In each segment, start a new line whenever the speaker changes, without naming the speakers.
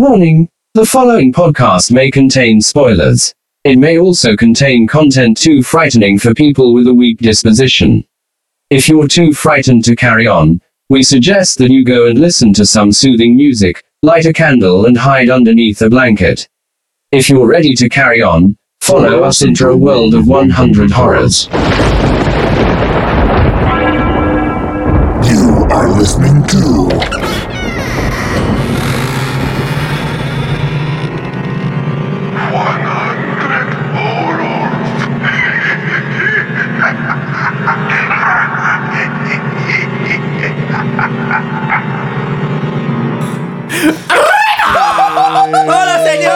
Warning The following podcast may contain spoilers. It may also contain content too frightening for people with a weak disposition. If you're too frightened to carry on, we suggest that you go and listen to some soothing music, light a candle, and hide underneath a blanket. If you're ready to carry on, follow us into a world of 100 horrors.
You are listening to
¡Hola, señor!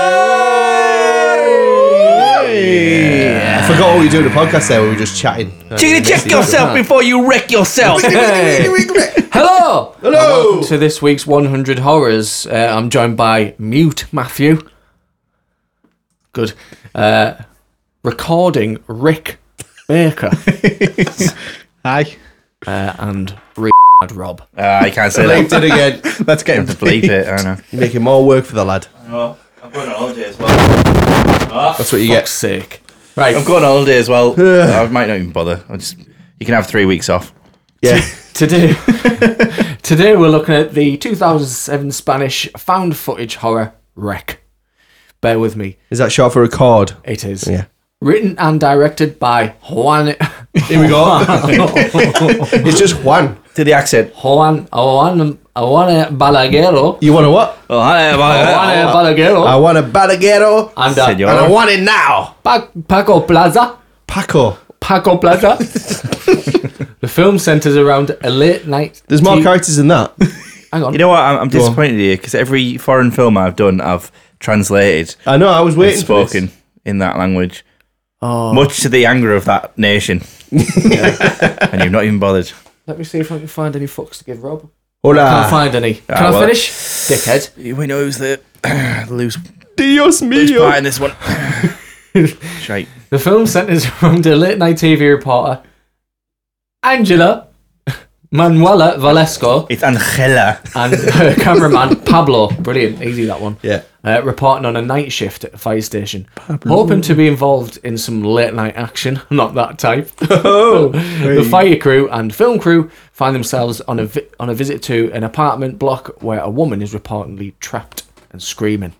I forgot what we were doing the podcast there. We were just chatting.
Chickity, check yourself before you wreck yourself.
Hello! Hello! welcome to this week's 100 Horrors. Uh, I'm joined by Mute Matthew. Good. Uh, recording Rick Baker
Hi.
uh, and Re- Rob.
Ah, I can't say
Bleeped it again. Let's get him to bleep.
it, I know.
You're making more work for the lad.
Oh, I'm going on holiday as well.
That's what you get.
Fuck's sake. Right,
I'm going on holiday as well. I might not even bother. I just you can have three weeks off.
Yeah.
today, today we're looking at the 2007 Spanish found footage horror Wreck. Bear with me,
Is that short for record?
it is.
Yeah.
Written and directed by Juan
Here we go. it's just Juan.
To the accent.
Juan Juan Juan Balaguero.
You want a what?
Oh, hi, am I-
Juan Balaguero.
I want a balaguero. And
and uh,
Senor.
I want it now.
Pa- Paco Plaza.
Paco.
Paco Plaza. the film centers around a late night.
There's more
tea-
characters than that.
Hang on.
You know what? I'm, I'm
on.
disappointed here because every foreign film I've done, I've translated
I know. I was
and
waiting. for Oh.
spoken in that language. Much to the anger of that nation. and you've not even bothered.
Let me see if I can find any fucks to give Rob.
this.
Ah.
Can't
Hola.
find any. Can I
well-
finish? Dickhead.
We know who's the loose
Dios
part
mío.
in this one. Shite.
The film centers around a late night TV reporter, Angela Manuela Valesco,
It's Angela.
and her cameraman, Pablo. Brilliant. Easy that one.
Yeah.
uh, reporting on a night shift at a fire station, hoping to be involved in some late night action. Not that type. the fire crew and film crew find themselves on a vi- on a visit to an apartment block where a woman is reportedly trapped and screaming.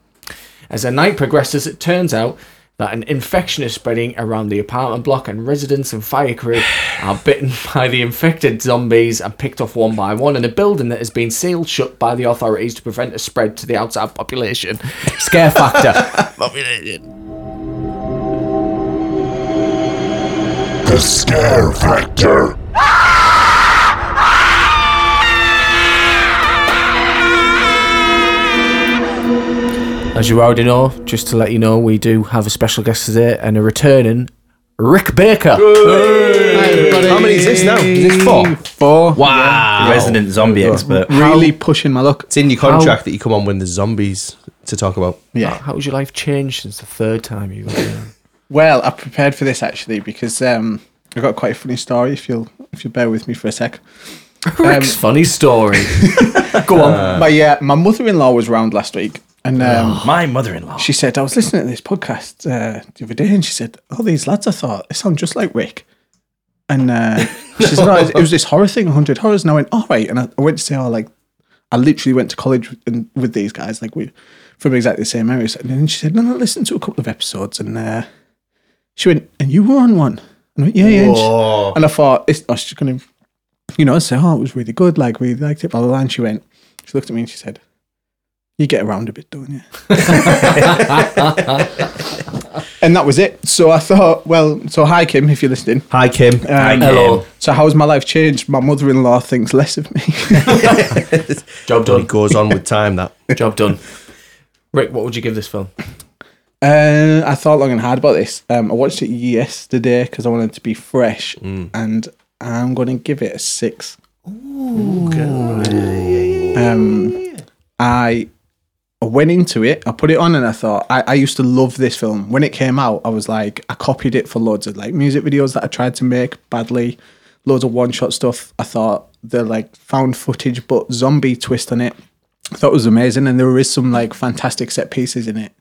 As the night progresses, it turns out that an infection is spreading around the apartment block, and residents and fire crew are bitten by the infected zombies and picked off one by one in a building that has been sealed shut by the authorities to prevent a spread to the outside population. Scare factor.
the Scare Factor.
As you already know, just to let you know, we do have a special guest today and a returning Rick Baker.
How many is this now? Is this four?
Four.
The resident zombie expert.
Really pushing my luck.
It's in your contract that you come on when there's zombies to talk about.
Yeah.
How has your life changed since the third time you were here?
Well, I prepared for this actually because um, I got quite a funny story. If you'll if you bear with me for a sec.
Rick's funny story. Go on.
my uh, my mother in law was round last week, and
Oh.
um,
My mother-in-law.
she said I was listening to this podcast uh, the other day, and she said, "Oh, these lads," I thought they sound just like Rick. And uh, she said, "No, it was this horror thing, 100 Horrors. And I went, all right. And I, I went to say, oh, like, I literally went to college with, and, with these guys, like, we from exactly the same areas. And then she said, no, no, listen to a couple of episodes. And uh, she went, and you were on one. And I went, yeah, yeah. And, she- and I thought, it's, oh, she's going to, you know, say, oh, it was really good. Like, we liked it, blah, blah, blah. And she went, she looked at me and she said, you get around a bit, don't you? and that was it. So I thought, well, so hi, Kim, if you're listening.
Hi, Kim.
Um,
Hello.
So how's my life changed? My mother-in-law thinks less of me.
Job
It
done.
goes on with time, that.
Job done. Rick, what would you give this film?
uh, I thought long and hard about this. Um, I watched it yesterday because I wanted to be fresh, and I'm going to give it a six. Um, I I went into it. I put it on, and I thought I, I used to love this film when it came out. I was like, I copied it for loads of like music videos that I tried to make badly, loads of one shot stuff. I thought the like found footage but zombie twist on it. I thought it was amazing, and there is some like fantastic set pieces in it.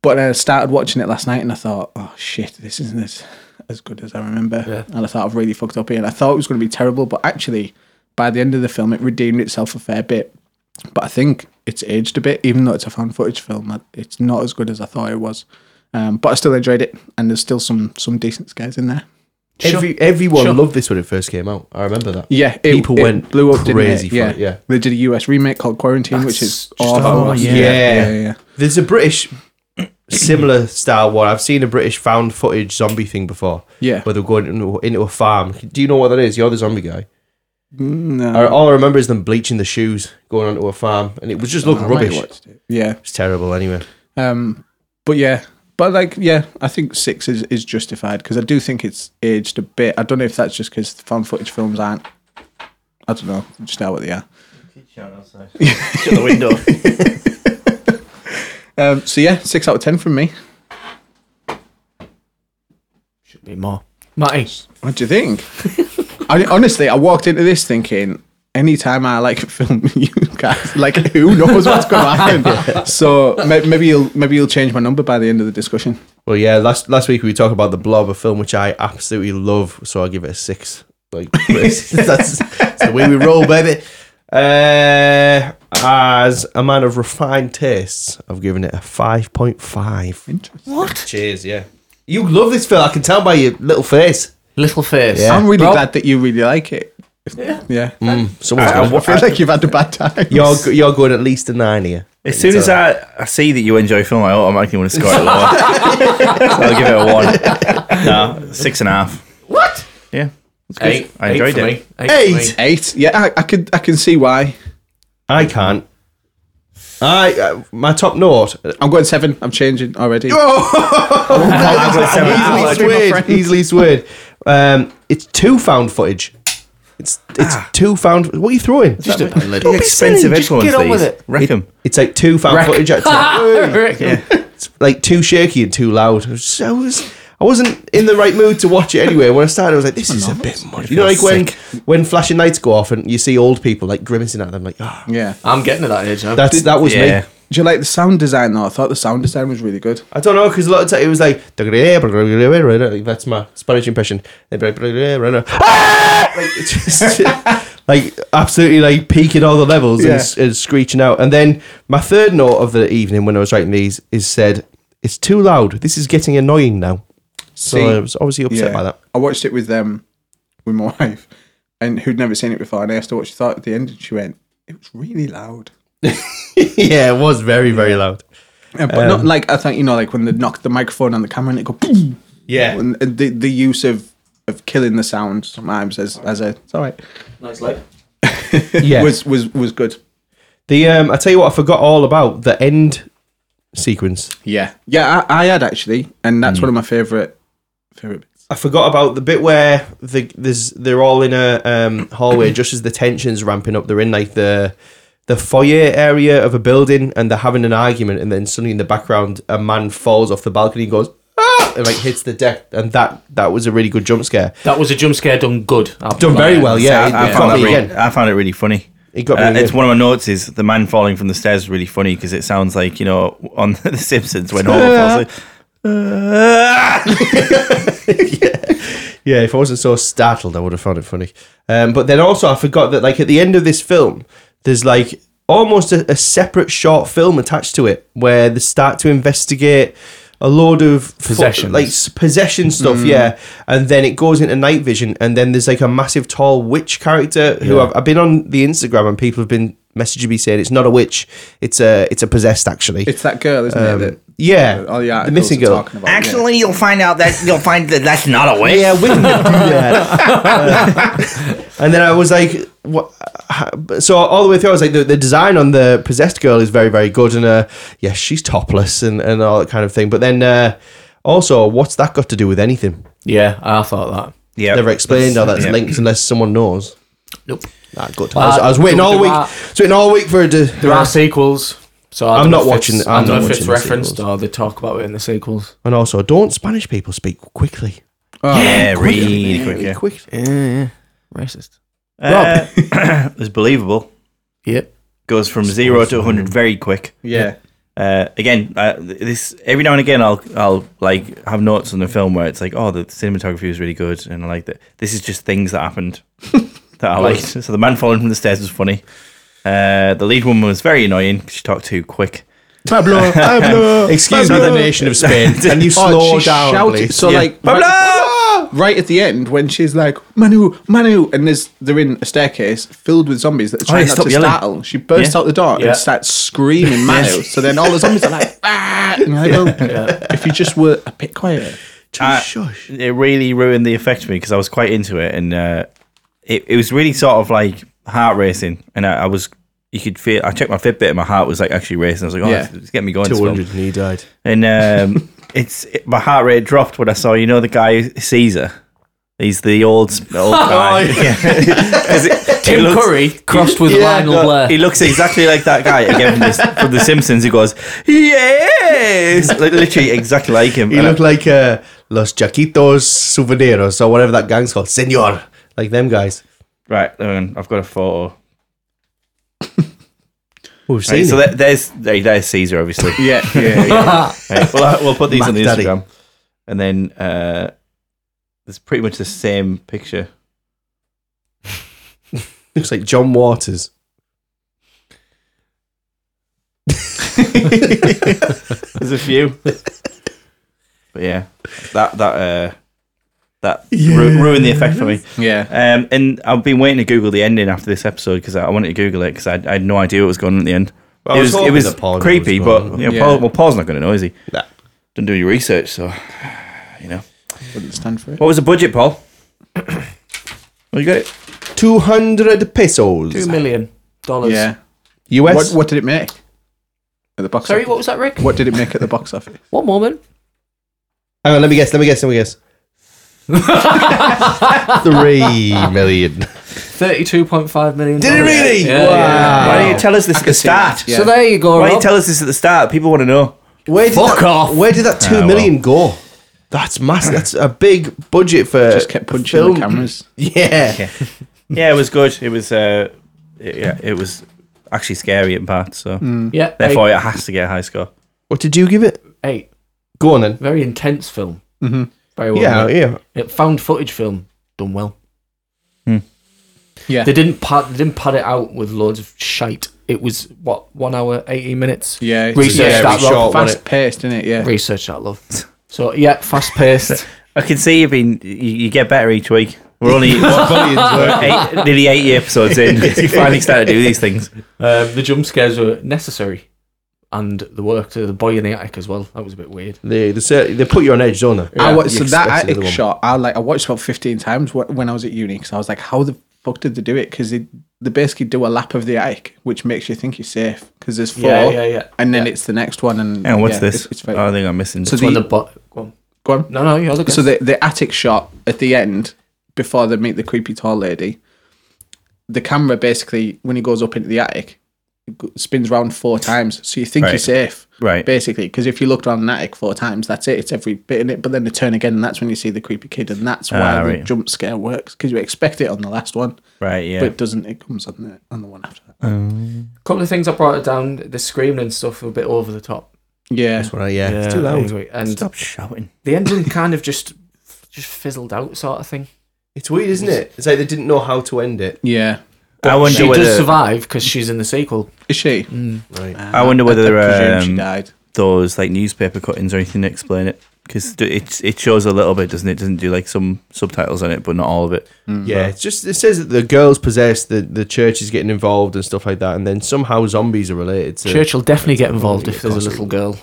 But I started watching it last night, and I thought, oh shit, this isn't as as good as I remember. And I thought I've really fucked up here. And I thought it was going to be terrible, but actually, by the end of the film, it redeemed itself a fair bit. But I think it's aged a bit, even though it's a fan footage film. I- It's not as good as I thought it was. Um, but I still enjoyed it, and there's still some some decent scares in there.
Every, everyone loved this when it first came out. I remember that.
Yeah, it,
people
it
went
blew up,
crazy
didn't it?
for it. Yeah,
they did a US remake called Quarantine, which is
oh,
awful.
yeah.
yeah, yeah.
There's a British similar style one. I've seen a British found footage zombie thing before.
Yeah.
Where they're going into, into a farm. Do you know what that is? You're the zombie guy.
Mm, No,
I, all I remember is them bleaching the shoes, going onto a farm, and it was just looked
I might have
rubbish.
watched it. Yeah,
It's terrible anyway.
Um, but yeah, but like yeah, I think six is, is justified because I do think it's aged a bit. I don't know if that's just because fan footage films aren't. I don't know, just know what they are.
Shut the window.
Um, so yeah, six out of ten from me.
Should be more. Matty,
What do you think? I, honestly, I walked into this thinking. Anytime I like film you guys, like who knows what's going to happen? So may- maybe you'll maybe you'll change my number by the end of the discussion.
Well, yeah. Last last week we talked about the Blob, a film which I absolutely love, so I give it a six. Like that's, that's the way we roll, baby. Uh, as a man of refined tastes, I've given it a five point five.
Interesting.
Cheers, yeah. You love this film. I can tell by your little face.
little face.
Yeah.
I'm really
Rob?
glad that you really like it. Yeah, yeah.
Someone's
I- I
got
I feel like you've had a bad time.
you're go- you're going at least a nine here.
As soon as I, I see that you enjoy film, I automatically want to score it lower. so I'll give it a one. No, six and a half. What? Yeah. It's good.
Eight.
I enjoyed
Eight for
it.
me. Eight. for
Eight.
me.
Eight. Yeah, I, I could I can see why.
I can't. I uh, my top note.
I'm going seven. I'm changing already.
Oh.
easily swayed. Easily swayed. Um, it's two found footage. It's it's
Ah.
two found. What are you throwing?
Just a pen lid.
Expensive
Just
influence.
Get on with
these.
it. Ah,
Wreck 'em.
It's like two found footage. At a time.
Yeah.
It's like too shaky and too loud. I was, I was I wasn't in the right mood to watch it anyway. When I started, I was like, "This is a bit much." You know, like when when flashing lights go off and you see old people like grimacing at them, like, "Ah,
Yeah.
I'm getting to that age now.
that's that was
Yeah.
me."
Do you like the sound design though? I thought the sound design was really good.
I don't know because a lot of time it was like that's my Spanish impression. They'd be Like "Ah!" Like, it's just- like, absolutely like peaking all the levels and, s- and screeching out. And then my third note of the evening when I was writing these is said, "It's too loud. This is getting annoying now." So
See?
I was obviously upset by that.
I watched it with um with my wife, and who'd never seen it before, and I asked her what she thought at the end, and she went, "It was really loud."
yeah, it was very very loud.
Uh,
Um,
but not like I think you know, like when they knock the microphone on the camera and it go. Boom,
Yeah,
and and the the use of of killing the sound sometimes as as a it's all right
Nice leg.
yeah.
was was was good.
the um, I tell you what, I forgot all about the end sequence.
Yeah, yeah, I, I had actually, and
Mm.
that's one of my favorite favorite bits.
I forgot about the bit where the there's they're all in a um, hallway just as the tensions ramping up. They're in like the the foyer area of a building and they're having an argument, and then suddenly in the background a man falls off the balcony and goes ah and like hits the deck, and that that was a really good jump scare.
That was a jump scare done good. I'll
Done
put
very
that
well,
in.
Oh, yeah.
I,
It,
I
it
found
got
that
me
really,
again.
I found it really funny.
It got me
Uh, it's
again.
one of my notes is the man falling from the stairs is really funny because it sounds like you know on The Simpsons when Homer falls. Like,
Yeah, if I wasn't so startled, I would have found it funny. Um, but then also, I forgot that like at the end of this film, there's like almost a, a separate short film attached to it where they start to investigate a load of fu-
Possessions.
like s- possession stuff. Yeah, and then it goes into night vision, and then there's like a massive tall witch character who I've, I've been on the Instagram and people have been messaging me saying it's not a witch, it's a it's a possessed actually.
It's that girl, isn't
Um,
it? Oh, That,
yeah,
all the,
the
articles
missing
are
girl.
Talking about, yeah.
Actually, you'll find out that you'll find that that's not a way.
Yeah, women do that. Uh, and then I was like, what? So all the way through, I was like, the, the design on the possessed girl is very, very good, and uh, yeah, she's topless and, and all that kind of thing. But then uh, also, what's that got to do with anything?
Yeah, I thought
yeah,
Never explained how that's
yeah.
linked unless someone knows.
that. Nope.
Ah, good. I, was, I was waiting
there-
all
there
week.
are-
I was waiting all week for it to.
There are sequels. So I
I'm
don't know
not
if
watching
it's-
the-
I
I'm
don't
not
know if it's
watching the
referenced
sequels.
or they talk about it in the sequels.
And also, don't Spanish people speak quickly?
yeah, really quick. Yeah.
Quick.
Yeah, yeah. Racist.
Uh, it was believable.
Yep.
goes from zero to 100 very quick.
Yeah.
Uh, again, uh, th- this every now and again, I'll I'll like have notes on the film where it's like, oh, the cinematography was really good, and I like that. This is just things that happened that I liked. So the man falling from the stairs was funny. Uh, the lead woman was very annoying. 'cause She talked too quick.
Pablo, Pablo. Excuse me, the nation of Spain. Can you slow
Oh, she
down,
shouted-
please?
So
Yeah.
like
Pablo!
Right, right at the end when she's like Manu, Manu, and there's they're in a staircase filled with zombies that are trying
yeah,
not
stop
to
yelling.
startle. She bursts
Yeah.
out the door
Yeah.
and starts screaming Manu. So then all the zombies are like, ah, and you're like, well, if you just were a bit quieter.
Uh,
shush.
It really ruined the effect for me because I was quite into it, and uh, it it was really sort of like heart racing, and I, I was. You could feel. I checked my Fitbit, and my heart was like actually racing. I was like, "Oh,
Yeah.
it's getting me going." this
Two
film.
hundred and he died.
And um, it's it, my heart rate dropped when I saw you know the guy Caesar. He's the old old guy. Yeah. 'Cause it-
Tim
it looks-
Curry crossed with Lionel
no,
Blair.
He looks exactly like that guy again from the, from the Simpsons. He goes, "Yes," Like, literally exactly like him.
He
And I-
looked like uh, Los Jaquitos Souveniros or whatever that gang's called. Senor. Like them guys.
right. hang on, I've got a photo.
We've
Right,
seen
so there, there's there- there's Caesar, obviously.
Yeah, yeah,
Right, well, I, we'll put these
Mac
on the
Daddy.
Instagram, and then uh, it's pretty much the same picture.
Looks like John Waters.
There's a few. but yeah, that that uh, that ru- ruined the effect for me.
yeah.
Um, and I've been waiting to Google the ending after this episode because I, I wanted to Google it because I, I had no idea what was going on at the end.
Well, I
it
was
was, it
hoping
was
that Paul knew
creepy,
what was
but
going
you know,
on.
Paul, well, Paul's not going to know, is he?
Nah.
Didn't do any research, so you know.
Wouldn't stand for it.
What was the budget, Paul? oh, you got it.
200 pesos.
Two million dollars.
Yeah.
US?
What, what did it make? At the box
Sorry,
office.
what was that, Rick?
What did it make at the box office?
One moment.
Hang on, let me guess, let me guess, let me guess. Three million.
Thirty-two point five million.
Did it really?
Yeah,
wow.
yeah.
Why don't you tell us this at the start?
So there you go.
Why don't
Rob.
you tell us this at the start? People want to know.
Where did
Fuck
that,
off.
Where did that two
Ah,
million go? That's massive. That's a big budget for.
Just kept punching
film.
the cameras.
Yeah.
Yeah, it was good. It was. Uh, it, yeah, it was actually scary in parts. So
yeah,
therefore, it has to get a high score.
What did you give it?
eight, eight.
Go on then.
Very intense film. Mm-hmm. Very well.
Yeah,
made.
yeah.
It found footage film done well.
Hmm.
Yeah.
They didn't pad they didn't pad it out with loads of shite. It was what, one hour, eighteen minutes?
Yeah, it's
Research
yeah,
that
very
love.
short, wasn't
Fast,
it?
It's paced, innit? Yeah.
research that love. So yeah, fast paced.
I can see you've been. You, you get better each week. We're only we're eight, nearly eighty episodes in. You finally started to do these things.
um, the jump scares were necessary. And the work to the boy in the attic as well. That was a bit weird.
They, they, cer- they put you on edge, don't they?
I
You
watched so that
expected
attic
another one.
shot. I like I watched about fifteen times wh- when I was at uni because I was like, how the fuck did they do it? Because they, they basically do a lap of the attic, which makes you think you're safe because there's four,
Yeah, yeah, yeah.
and then it's the next one. And
And what's
yeah,
this?
It's, it's very,
Oh, I think I'm missing.
so
this.
When the
the,
bo- go on.
go on.
No, no, you're looking.
So the the attic shot at the end before they meet the creepy tall lady, the camera basically when he goes up into the attic, it go- spins round four times. So you think you're
Right.
safe.
Right.
Basically, because if you look around an attic four times, that's it. It's every bit in it. But then they turn again, and that's when you see the creepy kid, and that's why
Ah,
the
right.
jump scare works because you expect it on the last one,
right. Yeah.
but it doesn't. It comes on the on the one after that.
couple of things I brought it down. The screaming and stuff were a bit over the top.
Yeah,
That's what I- yeah. It's too
Yeah,
loud.
anyway, and
Stop shouting.
the ending kind of just just fizzled out, sort of thing.
It's weird, isn't it? It's like they didn't know how to end it.
yeah.
I wonder
She
whether
does survive because she's in the sequel.
Is she?
Mm.
Right.
I wonder whether
presume she
um,
died.
those like newspaper cuttings or anything to explain it because it it shows a little bit, doesn't it? Doesn't do like some subtitles on it, but not all of it.
Yeah, it's just it says that the girls possess the the church is getting involved and stuff like that, and then somehow zombies are related to
Church will definitely get involved if there's a little girl.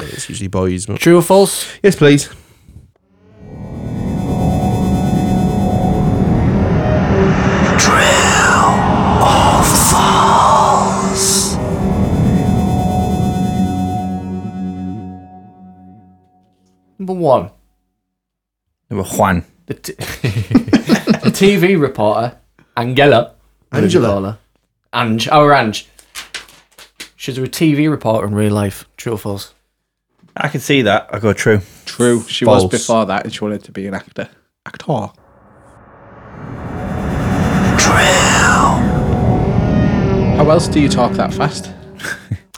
It's usually boys. but-
True or false?
Yes, please.
Number one,
They were Juan.
the, t- the TV reporter Angela. what did you
Angela.
call her? Ange. Our Ange. She's a TV reporter in real life. True or false?
I can see that. I go true.
True. She was
False.
before that, and she wanted to be an actor. Actor.
How
How else do you talk that fast?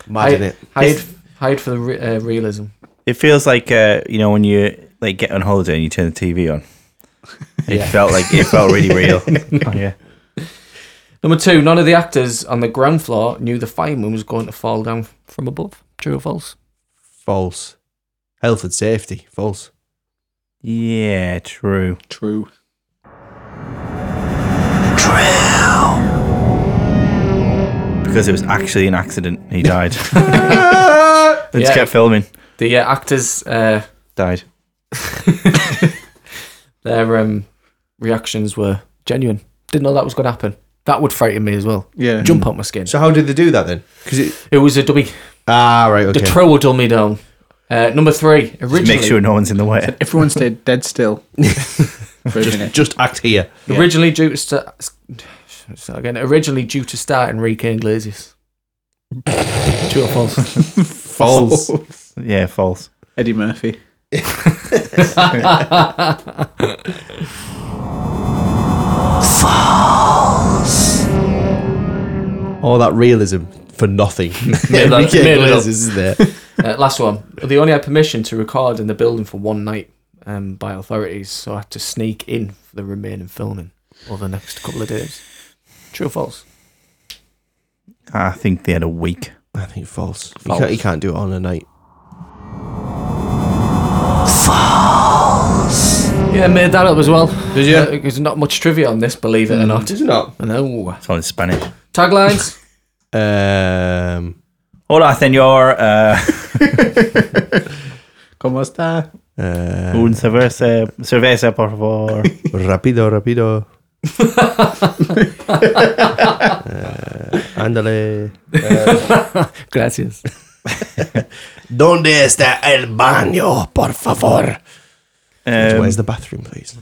Imagine it.
Hide, hide for the re- uh, realism.
It feels like uh, you know when you like get on holiday and you turn the TV on. It felt like it felt really real. yeah.
Number two, none of the actors on the ground floor knew the fireman was going to fall down from above. True or false?
False. Health and safety. False.
Yeah, true.
True.
Because it was actually an accident. He died. they just
Yeah.
kept filming.
The uh, actors, uh,
Died.
their um, reactions were genuine. Didn't know that was going to happen. That would frighten me as well.
Yeah.
Jump out my skin.
So how did they do that then? Because it.
It was a dummy.
Ah, right.
The
Okay.
troll will dull me down. Uh, number three,
Just
originally,
make sure no one's in the way.
Everyone stayed dead still for a minute.
Just act here.
originally due to start, so again, originally due to starting Enrique Iglesias. True or false?
False.
Yeah, false.
Eddie Murphy.
All that realism for nothing.
Made that-
Enrique
made it up.
Iglesias, isn't there?
Uh, last one. They only had permission to record in the building for one night um, by authorities, so I had to sneak in for the remaining filming over the next couple of days. True or false?
I think they had a week.
I think false.
False.
You, can't, you can't do it on a night.
Yeah, made that up as well. Did you? there's not much trivia on this, believe it or not.
it not?
No.
It's all in Spanish.
Taglines?
Um.
Hola, senor. Uh,
Como está?
Uh,
un cerveza, cerveza, por favor.
rapido, rapido. uh, andale.
Gracias.
¿Dónde está el baño, por favor?
Um,
Where's the bathroom, please?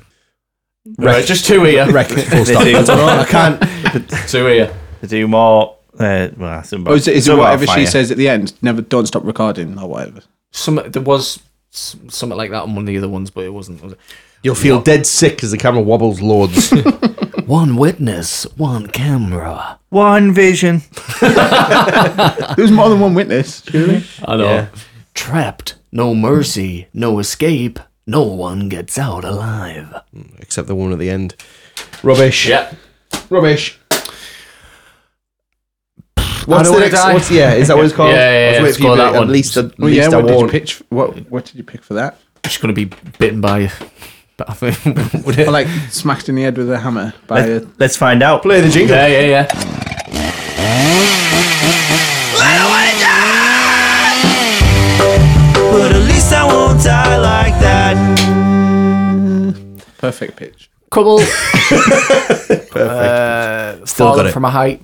Right, just two here.
Wreck. Full
they
stop.
do-
That's all. I can't.
Two here.
they do more. Uh, well, it's about-
Oh, is it, is
it's
it
about
whatever she
fire.
says at the end? Never, don't stop recording or whatever.
Some, there was s- something like that on one of the other ones, but it wasn't. Was it?
You'll feel dead sick as the camera wobbles loads.
One witness, one camera.
One vision.
There was more than one witness. Surely.
I know. Trapped, no mercy, no escape, no one gets out alive.
Except the one at the end. Rubbish.
Yeah.
Rubbish.
I
What's
don't
the
wanna
next?
die.
What's, yeah, is that what it's called?
Yeah, yeah,
I was
yeah,
waiting
let's
for you
go
to-
that
at
one.
least, at
Well,
least I
yeah. What did you
won't.
pitch? What What did you pick for that?
Just gonna be bitten by. But I think would it?
Or like smacked in the head with a hammer by a.
Let's find out.
Play the jingle.
yeah, yeah, yeah.
But at least I won't die like that.
Perfect pitch.
Couple. Perfect. Uh, Still
got it.
from a height,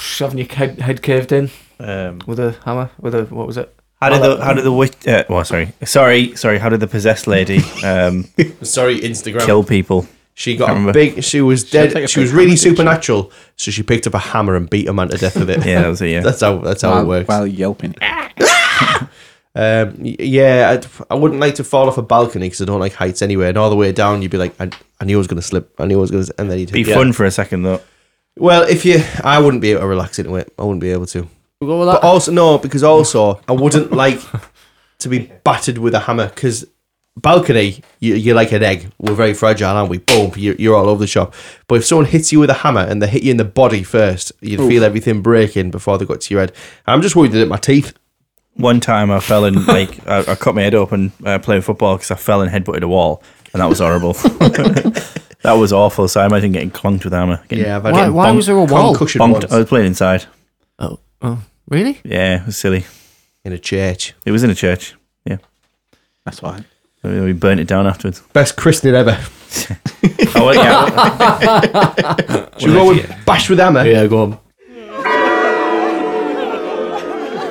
shoving your head, head curved in
Um,
with a hammer. With a what was it?
how did the how did the witch? Uh, well, sorry, sorry, sorry. How did the possessed lady um,
Sorry, Instagram.
kill people?
She got
Can't
a
remember.
big. She was
take a
dead. She was
picture,
really
picture.
supernatural. So she picked up a hammer and beat a man to death with it.
Yeah, that was it. Yeah.
That's how. That's how
While,
it works.
while yelping.
Um, y- yeah, I'd, I wouldn't like to fall off a balcony because I don't like heights anyway. And all the way down, you'd be like, I, I knew I was going to slip. I knew I was going to. And then you'd
Be
hit-
fun for a second though.
Well, if you, I wouldn't be able to relax into it. I wouldn't be able to.
We'll go with
But
that.
also, no, because also, I wouldn't like to be battered with a hammer because balcony, you, you're like an egg. We're very fragile, aren't we? Boom, you're, you're all over the shop. But if someone hits you with a hammer and they hit you in the body first, you'd feel everything breaking before they got to your head. I'm just worried that my teeth.
One time I fell and like I, I cut my head open uh, playing football because I fell and headbutted a wall, and that was horrible. that was awful. So I imagine getting clunked with a hammer. Getting
Yeah, I've had
Why-
getting
why
bonk-
was there a wall?
concussion
bonked. I
once
was playing inside.
Oh, oh, really?
Yeah, it was silly.
in a church.
It was in a church.
That's why.
We we burnt it down afterwards.
Best christening ever.
Oh, well, yeah.
Should we go with bash with hammer?
Yeah, go on.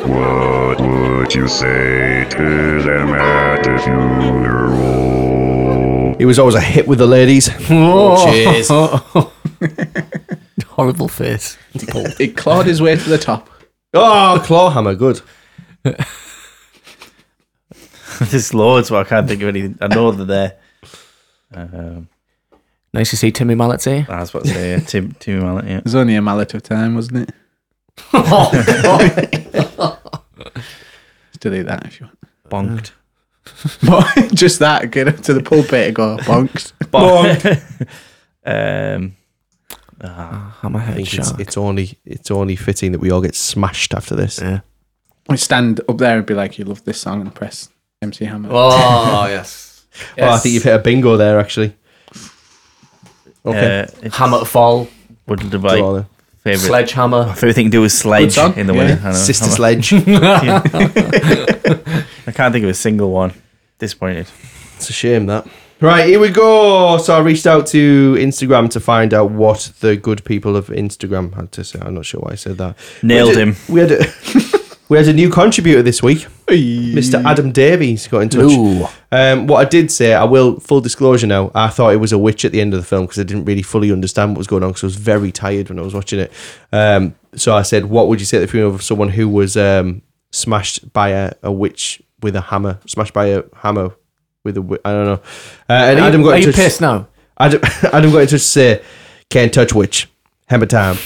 What would you say to them at the funeral?
It was always a hit with the ladies.
Oh,
Cheers.
Horrible face.
It clawed his way to the top.
Oh, claw hammer, good.
There's loads, but I can't think of anything. I know they're there. Um,
Nice to see Timmy Mallet eh? here.
Ah, that's what I was about to say. Yeah. Tim, Timmy Mallet. Yeah.
It was only a mallet of time, wasn't it?
Oh.
Delete that if you
Bonked.
want. But just that, get up to the pulpit and go bonks.
Bonked. um,
Oh, my
I
head
think it's, it's only it's only fitting that we all get smashed after this.
I stand up there and be like, "You love this song," and press MC Hammer.
Oh yes.
Oh, I think you've hit a bingo there actually. Okay.
uh, it's
hammer fall,
Would the
Go on
favorite?
then.
sledgehammer.
Favorite thing to do is sledge
song.
in the winter. I know.
Sister
Hammer.
Sledge.
I can't think of a single one. Disappointed.
It's a shame that. Right, here we go. So I reached out to Instagram to find out what the good people of Instagram had to say. I'm not sure why I said that.
Nailed
we had a-
him.
We had a, we had a new contributor this week. Mr. Adam Davies got in touch. Um, what I did say, I will full disclosure now. I thought it was a witch at the end of the film because I didn't really fully understand what was going on because I was very tired when I was watching it. Um, so I said, "What would you say at the funeral of someone who was um, smashed by a, a witch with a hammer? Smashed by a hammer with a wi- I don't know." Uh, and
Are
Adam
you,
got
are
in
you
touch.
pissed now?
Adam, Adam got in touch to say, "Can't touch witch." Hammer time.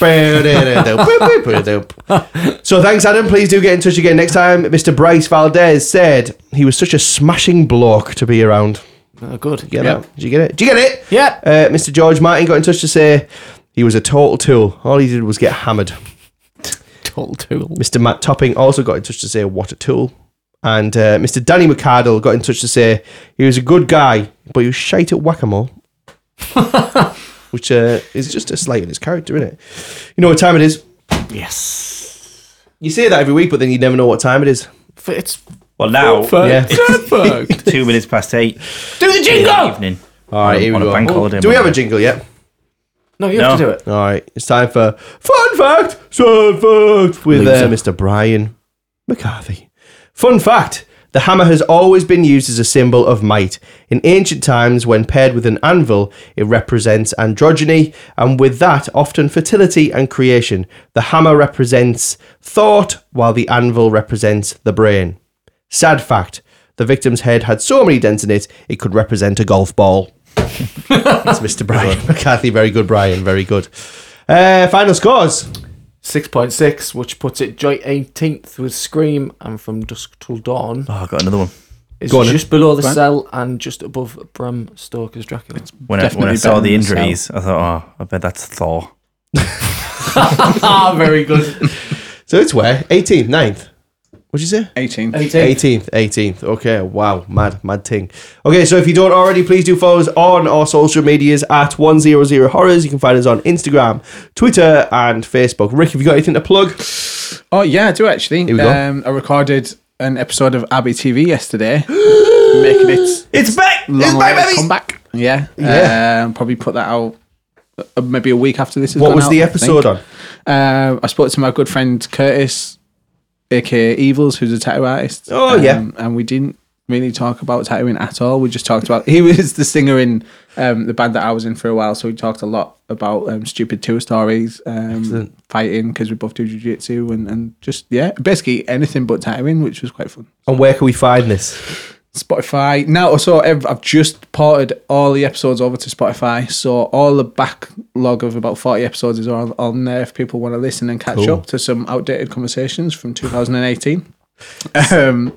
so thanks, Adam. Please do get in touch again next time. Mr. Bryce Valdez said he was such a smashing bloke to be around.
Oh, good.
Get that? Did you get it? Did you get it?
Yeah.
Uh, Mr. George Martin got in touch to say he was a total tool. All he did was get hammered.
Total tool.
Mr. Matt Topping also got in touch to say what a tool. And uh, Mr. Danny McCardle got in touch to say he was a good guy, but he was shite at whack a mole. Which uh, is just a slight in his character, isn't it? You know what time it is?
Yes.
You say that every week, but then you never know what time it is.
F- It's
Well, now
Yeah.
perfect.
two minutes past eight.
Do the
in the
jingle.
Evening.
All right,
On a-
here we
on a
go.
bank holiday,
do we
man.
have a jingle yet?
No, you have to
No.
do it.
All right, it's time for Fun Fact, Fun Fact with uh, Mr. Brian McCarthy. Fun fact the hammer has always been used as a symbol of might. In ancient times, when paired with an anvil, it represents androgyny, and with that, often fertility and creation. The hammer represents thought, while the anvil represents the brain. Sad fact the victim's head had so many dents in it, it could represent a golf ball. That's Mr. Brian McCarthy. Very good, Brian. Very good. Uh, final scores.
Six point six, which puts it joint eighteenth with Scream and From Dusk Till Dawn.
Oh, I got another one.
It's
Go on then.
just below the cell and just above Bram Stoker's Dracula.
When I, when I
Definitely
saw the
better than the
injuries, I thought, oh, I bet that's Thor.
Ah, very good.
So it's where? 18th, 9th. What'd you say?
18.
18th, 18th. Okay, wow. Mad, mad ting. Okay, so if you don't already, please do follow us on our social medias at 100 Horrors. You can find us on Instagram, Twitter, and Facebook. Rick, have you got anything to plug?
Oh yeah, I do actually.
we go.
Um, I recorded an episode of Abbey TV yesterday, making it
It's back!
long
my
awaited
baby!
comeback. Yeah,
Yeah.
Um, probably put that out uh, maybe a week after this. Has
What
gone
was
out,
the
I think.
episode on?
Um, I spoke to my good friend Curtis, aka Evils, who's a tattoo artist. Um,
Oh, yeah.
and we didn't really talk about tattooing at all. We just talked about he was the singer in um, the band that I was in for a while, so we talked a lot about um, stupid tour stories, um, fighting because we both do jujitsu and and just yeah, basically anything but tattooing, which was quite fun.
And where can we find this?
Spotify now. Also, I've I've just ported all the episodes over to Spotify, so all the backlog of about forty episodes is all on there if people want to listen and catch up to some outdated conversations from 2018. um,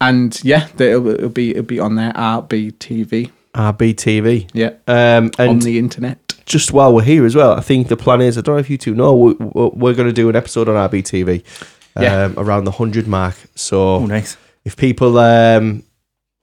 and yeah, they- it'll, it'll be it'll be on there RBTV.
RBTV.
Yeah,
Um,
on
and
the internet.
just while we're here as well, I think the plan is I don't know if you two know we- we're, we're going to do an episode on RBTV um,
Yeah.
around the hundred mark.
Oh,
So
nice.
if people um,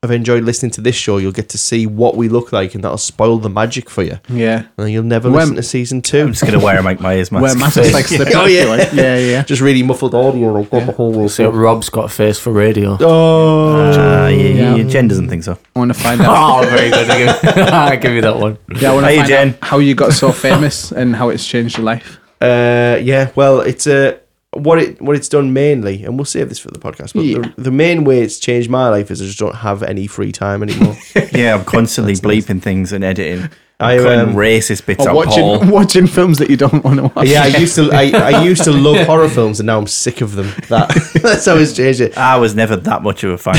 have enjoyed listening to this show, you'll get to see what we look like, and that'll spoil the magic for you.
Yeah,
And then you'll never
When-
listen to season two.
I'm just going to wear my, my ears mask.
where matters like slip
Oh, yeah.
actually. yeah, yeah.
Just really muffled audio. I've got the whole world.
So Rob's got a face for radio.
Oh,
Ah, yeah, yeah,
Yeah.
yeah. Jen doesn't think so.
I want to find out.
Oh, very good. I give, I give you that one.
Yeah, I want to
Hiya,
find
Jen.
out how you got so famous and how it's changed your life.
Uh, yeah. Well, it's uh, what it what it's done mainly, and we'll save this for the podcast. But
Yeah.
the, the main way it's changed my life is I just don't have any free time anymore.
Yeah, I'm constantly bleeping things and editing.
I,
I cutting
um,
racist bits
Or
out, Paul.
watching watching films that you don't want to watch.
Yeah, I used to I, I used to love horror films, and now I'm sick of them. That that's how it's changed it.
I was never that much of a fan.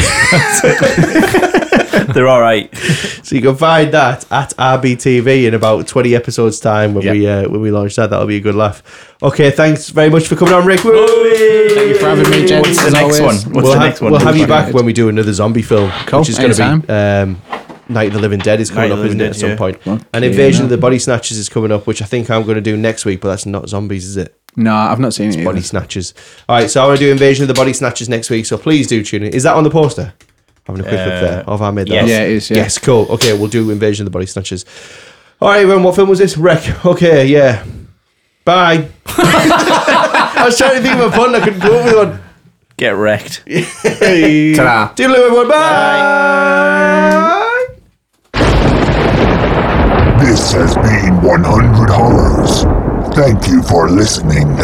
They're all right.
So you can find that at RBTV in about 20 episodes' time when we uh, when we launch that. That'll be a good laugh. Okay, thanks very much for coming on, Rick.
Thank you for having me, gents.
What's the
as always.
next one? What's
we'll
the
ha-
next one?
We'll have you
Big Bang?
back when we do another zombie film,
Cool,
which is going to be um, Night of the Living Dead is coming
Night
up,
of the
isn't
Living
it? At some
Dead,
point,
Fuck
and
yeah,
Invasion of
no.
the Body Snatchers is coming up, which I think I'm going to do next week. But that's not zombies, is it?
No, I've not seen it.
Body
Either.
Snatchers. All right, so I want to do Invasion of the Body Snatchers next week. So please do tune in. Is that on the poster? Having a quick look
Uh,
there. Have I made that?
yes.
up?
Yeah, it is. Yeah.
Yes, cool. Okay, we'll do Invasion of the Body Snatchers. All right, everyone, what film was this? Wreck. Okay, yeah. Bye. I was trying to think of a pun, I couldn't come up with one.
Get wrecked.
Ta-da.
Doodle everyone. Bye.
This has been 100 Horrors. Thank you for listening.